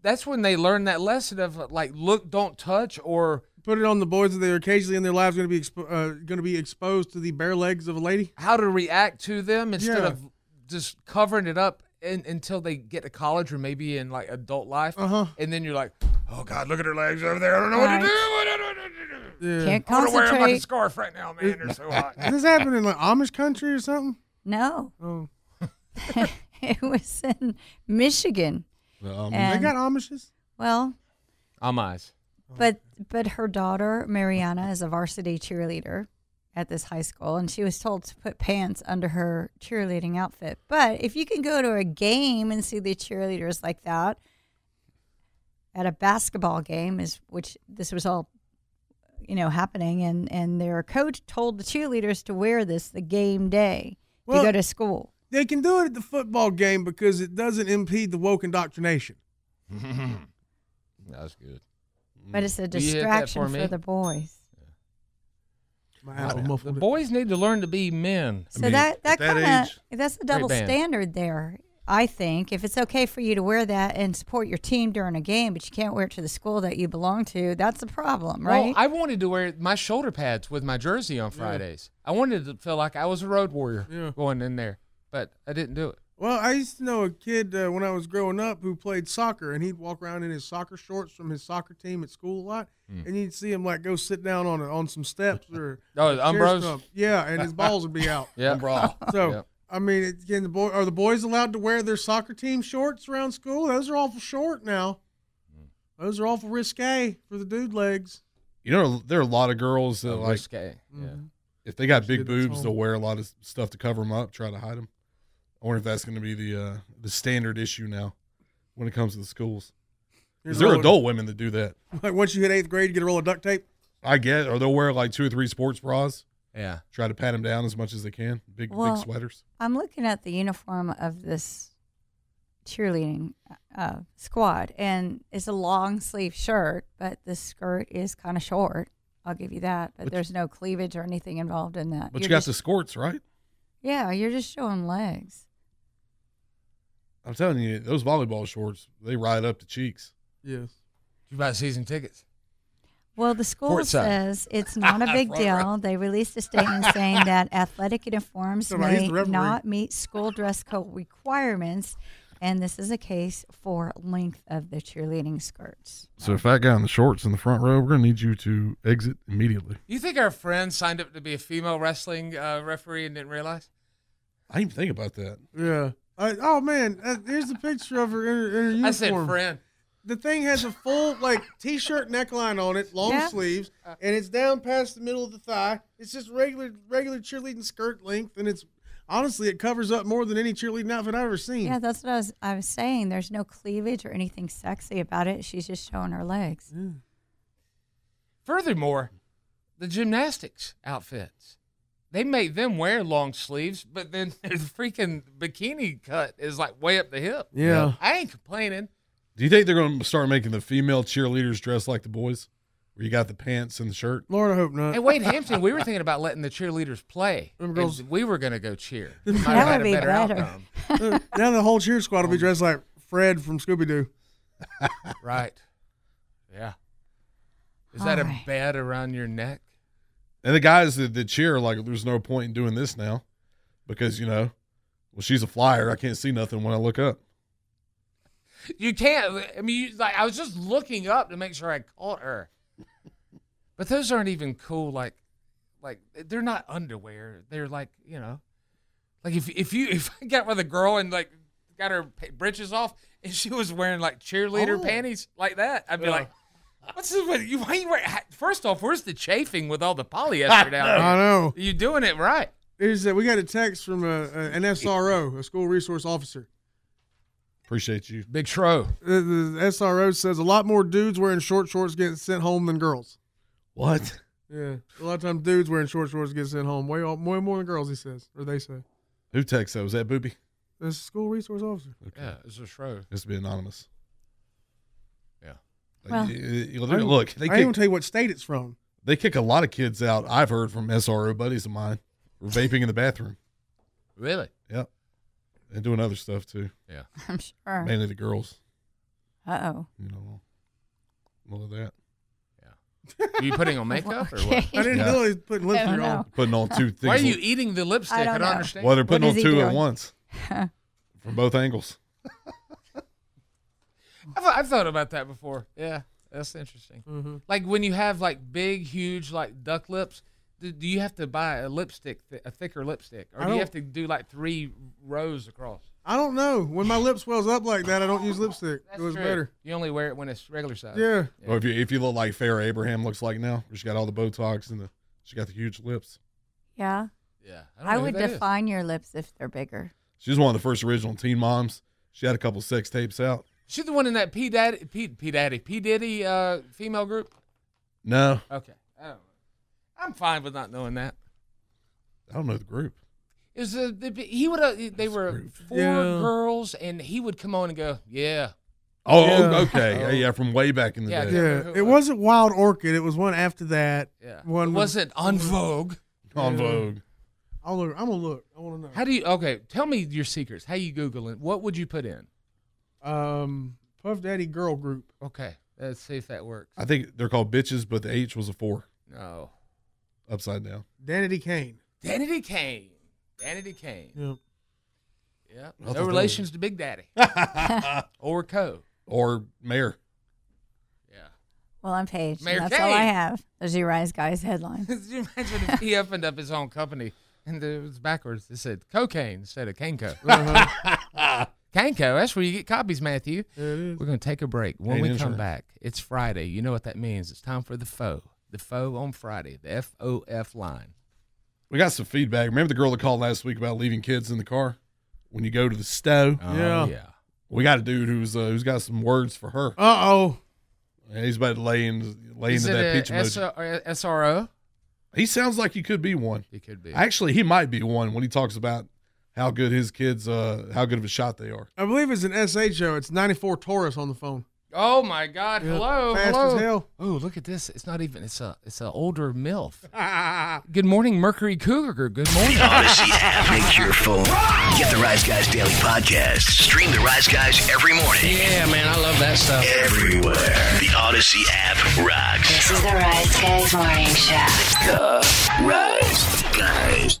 Speaker 5: That's when they learn that lesson of like, look, don't touch, or
Speaker 6: Put it on the boys that they're occasionally in their lives going to be expo- uh, going to be exposed to the bare legs of a lady.
Speaker 5: how to react to them instead
Speaker 6: Yeah.
Speaker 5: of just covering it up in, until they get to college or maybe in like adult life,
Speaker 6: Uh-huh.
Speaker 5: and then you're like, oh God, look at her legs over there. I don't know what to do.
Speaker 6: Yeah.
Speaker 5: Can't I wanna wear a fucking concentrate. scarf right now, man. They're so hot.
Speaker 6: Does this happen in like Amish country or something?
Speaker 7: No.
Speaker 6: Oh.
Speaker 7: it was in Michigan.
Speaker 4: Um,
Speaker 6: they
Speaker 7: And-
Speaker 6: got Amishes.
Speaker 7: Well,
Speaker 5: I'm eyes.
Speaker 7: But but her daughter Mariana is a varsity cheerleader at this high school, and she was told to put pants under her cheerleading outfit. But if you can go to a game and see the cheerleaders like that at a basketball game, is which this was all you know happening, and and their coach told the cheerleaders to wear this the game day
Speaker 6: Well-
Speaker 7: to go to school.
Speaker 6: They can do it at the football game because it doesn't impede the woke indoctrination.
Speaker 5: That's good.
Speaker 7: But it's a
Speaker 5: Will you hit that
Speaker 7: distraction
Speaker 5: for
Speaker 7: for,
Speaker 5: me?
Speaker 7: the boys.
Speaker 5: The boys need to learn to be men.
Speaker 7: So that that, kind of that's a
Speaker 5: Great
Speaker 7: double
Speaker 5: band.
Speaker 7: standard there. I think if it's okay for you to wear that and support your team during a game, but you can't wear it to the school that you belong to, that's a problem, right?
Speaker 5: Well, I wanted to wear my shoulder pads with my jersey on Fridays. I wanted to feel like I was a road warrior going in there, but I didn't do it.
Speaker 6: Well, I used to know a kid uh, when I was growing up who played soccer, and he'd walk around in his soccer shorts from his soccer team at school a lot,
Speaker 5: Mm.
Speaker 6: and you'd see him like go sit down on a, on some steps or
Speaker 5: Oh,
Speaker 6: a
Speaker 5: the
Speaker 6: chair
Speaker 5: Umbros?
Speaker 6: stump. yeah, and his balls would be out.
Speaker 5: Yeah. Umbra.
Speaker 6: So
Speaker 5: Yep.
Speaker 6: I mean, it- again, the boy are the boys allowed to wear their soccer team shorts around school? Those are awful short now. Those are awful risque for the dude legs.
Speaker 4: You know, there are a lot of girls that
Speaker 5: Oh,
Speaker 4: like
Speaker 5: risque. Yeah.
Speaker 4: if they got big
Speaker 6: Shit, that's
Speaker 4: boobs,
Speaker 6: all.
Speaker 4: they'll wear a lot of stuff to cover them up, try to hide them. I wonder if that's going to be the uh, the standard issue now when it comes to the schools.
Speaker 6: Here's
Speaker 4: Is there
Speaker 6: another-
Speaker 4: adult women that do that?
Speaker 6: Like once you hit eighth grade, you get a roll of duct tape.
Speaker 4: I get, or they'll wear like two or three sports bras.
Speaker 5: Yeah,
Speaker 4: try to pat them down as much as they can. Big
Speaker 7: Well,
Speaker 4: big sweaters.
Speaker 7: I'm looking at the uniform of this cheerleading uh, squad, and it's a long sleeve shirt, but the skirt is kind of short. I'll give you that, but,
Speaker 4: But-
Speaker 7: there's no cleavage or anything involved in that. uh,
Speaker 4: But
Speaker 7: You're
Speaker 4: you got
Speaker 7: just-
Speaker 4: the skorts, right?
Speaker 7: yeah, you're just showing legs.
Speaker 4: I'm telling you, those volleyball shorts they ride up the cheeks.
Speaker 6: Yes.
Speaker 5: You buy season tickets.
Speaker 7: Well, the school
Speaker 5: Courtside.
Speaker 7: says it's not a big
Speaker 5: Front
Speaker 7: deal. They released a statement saying that athletic uniforms
Speaker 6: Somebody, he's
Speaker 7: may
Speaker 6: the referee.
Speaker 7: not meet school dress code requirements, and this is a case for length of the cheerleading skirts.
Speaker 4: So if that guy in the shorts in the front row, we're gonna need you to exit immediately.
Speaker 5: You think our friend signed up to be a female wrestling uh, referee and didn't realize?
Speaker 4: I didn't even think about that.
Speaker 6: Yeah. I, oh man, uh, here's the picture of her in her, in her uniform.
Speaker 5: I said friend.
Speaker 6: The thing has a full like t-shirt neckline on it, long
Speaker 5: Yeah.
Speaker 6: sleeves, and it's down past the middle of the thigh. It's just regular regular cheerleading skirt length, and it's honestly it covers up more than any cheerleading outfit I've ever
Speaker 4: Hmm.
Speaker 6: seen.
Speaker 7: Yeah, that's what I was I was saying. There's no cleavage or anything sexy about it. She's just showing her legs.
Speaker 5: Furthermore, the gymnastics outfits. They make them wear long sleeves, but then their freaking bikini cut is like way up the hip.
Speaker 4: Yeah.
Speaker 5: I ain't complaining.
Speaker 4: Do you think they're gonna start making the female cheerleaders dress like the boys, where you got the pants and the shirt?
Speaker 6: Lord, I hope not.
Speaker 5: Hey, Wade Hampton, we were thinking about letting the cheerleaders play.
Speaker 6: Them girls-
Speaker 5: And we were going to go cheer.
Speaker 6: Them
Speaker 5: Might have
Speaker 6: girls-
Speaker 5: had a
Speaker 6: That would be better.
Speaker 5: outcome.
Speaker 6: Uh, now the whole cheer squad will be dressed like Fred from Scooby Doo.
Speaker 5: Right. Yeah. Is that
Speaker 7: All right.
Speaker 5: a bed around your neck?
Speaker 4: And the guys that, that cheer are like, there's no point in doing this now, because you know, well, she's a flyer. I can't see nothing when I look up.
Speaker 5: You can't. I mean, you, like I was just looking up to make sure I caught her. But those aren't even cool. Like, like they're not underwear. They're like you know, like if if you if I got with a girl and like got her pa- britches off and she was wearing like cheerleader
Speaker 13: Oh.
Speaker 5: panties like that, I'd be
Speaker 13: Yeah.
Speaker 5: like. What's this? With you, why you wear? First off, where's the chafing with all the polyester down there?
Speaker 6: I know.
Speaker 5: you doing it right.
Speaker 6: There's uh, we got a text from a, a, an SRO, a school resource officer.
Speaker 4: Appreciate you,
Speaker 5: Big Shro.
Speaker 6: The, the SRO says a lot more dudes wearing short shorts getting sent home than girls.
Speaker 4: What?
Speaker 6: Yeah, a lot of times dudes wearing short shorts get sent home way all- way more than girls. He says, or they say.
Speaker 4: Who texts that? Was that Booby?
Speaker 6: That's a school resource officer.
Speaker 5: Yeah, it's a Shro.
Speaker 4: This to be anonymous.
Speaker 5: Yeah.
Speaker 7: Well-
Speaker 6: I ain't-
Speaker 4: look, they
Speaker 6: I ain't
Speaker 4: kick,
Speaker 6: gonna tell you what state it's from.
Speaker 4: they kick a lot of kids out. I've heard from SRO buddies of mine were vaping in the bathroom.
Speaker 5: Really?
Speaker 4: Yep. And doing other stuff too.
Speaker 5: Yeah.
Speaker 7: I'm sure.
Speaker 4: Mainly the girls.
Speaker 7: Uh oh.
Speaker 4: You know, all of that.
Speaker 5: Are you putting on makeup or what?
Speaker 6: I didn't
Speaker 4: Yeah.
Speaker 6: know he was putting
Speaker 7: I
Speaker 6: lipstick
Speaker 7: don't
Speaker 6: on.
Speaker 7: know.
Speaker 4: Putting on two things.
Speaker 5: Why are you eating the lipstick? I don't,
Speaker 7: know.
Speaker 5: understand.
Speaker 4: Well, they're
Speaker 7: What
Speaker 4: putting
Speaker 7: is
Speaker 4: on
Speaker 7: he
Speaker 4: two at
Speaker 7: doing?
Speaker 4: once from both angles.
Speaker 5: I've, I've thought about that before. Yeah, that's interesting.
Speaker 6: Mm-hmm.
Speaker 5: Like when you have like big, huge, like duck lips, do, do you have to buy a lipstick, th- a thicker lipstick,
Speaker 6: I
Speaker 5: or do you
Speaker 6: don't-
Speaker 5: have to do like three rows across?
Speaker 6: I don't know. When my lip swells up like that, I don't use lipstick. it was
Speaker 5: True.
Speaker 6: better.
Speaker 5: You only wear it when it's regular size.
Speaker 6: Yeah.
Speaker 4: Or if you if you look like Farrah Abraham looks like now, she got all the Botox and the she got the huge lips.
Speaker 7: Yeah.
Speaker 5: Yeah.
Speaker 4: don't
Speaker 7: I,
Speaker 4: know who
Speaker 7: would
Speaker 4: that is.
Speaker 7: define your lips if they're bigger.
Speaker 4: She was one of the first original teen moms. She had a couple sex tapes out.
Speaker 5: She's the one in that P Daddy, P, P Daddy, P Diddy uh, female group.
Speaker 4: No,
Speaker 5: Okay. I don't know. I'm fine with not knowing that.
Speaker 4: I don't know the group.
Speaker 5: It was a, the, he would uh, they uh, were four
Speaker 4: Yeah.
Speaker 5: girls and he would come on and go yeah
Speaker 4: Oh,
Speaker 6: Yeah.
Speaker 4: okay. Yeah, yeah, from way back in the day.
Speaker 6: yeah. It wasn't Wild Orchid. It was one after that.
Speaker 5: Yeah.
Speaker 6: One
Speaker 5: It wasn't En Vogue.
Speaker 4: En
Speaker 6: Yeah.
Speaker 4: Vogue.
Speaker 6: I'll look. I'm gonna look. I want to know.
Speaker 5: How do you? Okay, tell me your secrets. How you Google it? What would you put in?
Speaker 6: Um, Puff Daddy Girl Group.
Speaker 5: Okay, let's see if that works.
Speaker 4: I think they're called bitches, but the H was a four.
Speaker 5: No.
Speaker 4: Upside down.
Speaker 6: Danity Kane.
Speaker 5: Danity Kane. Danity Kane.
Speaker 6: Yep.
Speaker 5: Yep.
Speaker 4: I thought
Speaker 5: No
Speaker 4: that
Speaker 5: relations
Speaker 4: was-
Speaker 5: to Big Daddy or Co.
Speaker 4: Or mayor.
Speaker 7: Well, I'm Paige. and
Speaker 5: Mayor
Speaker 7: that's all I
Speaker 5: Kay.
Speaker 7: have. There's your Rise Guys headline.
Speaker 5: Could you imagine if he opened up his own company and it was backwards? It said cocaine instead of Canco.
Speaker 6: Uh-huh.
Speaker 5: Canco, that's where you get copies, Matthew. We're going to take a break. When
Speaker 6: Ain't
Speaker 5: we come
Speaker 6: insurance.
Speaker 5: back, it's Friday. You know what that means. It's time for the foe. The foe on Friday, the F O F line.
Speaker 4: We got some feedback. Remember the girl that called last week about leaving kids in the car when you go to the stow?
Speaker 5: Oh, Yeah. yeah.
Speaker 4: We got a dude who's uh, who's got some words for her.
Speaker 6: Uh oh.
Speaker 4: he's about to lay, in, lay
Speaker 5: Is
Speaker 4: into
Speaker 5: it
Speaker 4: that
Speaker 5: a
Speaker 4: peach emoji.
Speaker 5: S- or a SRO?
Speaker 4: He sounds like he could be one.
Speaker 5: He could be.
Speaker 4: Actually, he might be one when he talks about how good his kids, uh, how good of a shot they are.
Speaker 6: I believe it's an SHO. It's 94 Taurus on the phone.
Speaker 5: Oh my God!
Speaker 6: Yeah,
Speaker 5: Hello,
Speaker 6: fast
Speaker 5: hello.
Speaker 6: as hell.
Speaker 5: Oh, look at this! It's not even. It's a. It's an older milf. Good morning, Mercury Cougar. Good morning.
Speaker 2: Odyssey app makes your phone. Get the Rise Guys Daily Podcast. Stream the Rise Guys every morning.
Speaker 13: Yeah, man, I love that stuff.
Speaker 2: Everywhere. The Odyssey app rocks.
Speaker 3: This is the Rise Guys Morning Show.
Speaker 2: The Rise Guys.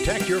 Speaker 16: Protect your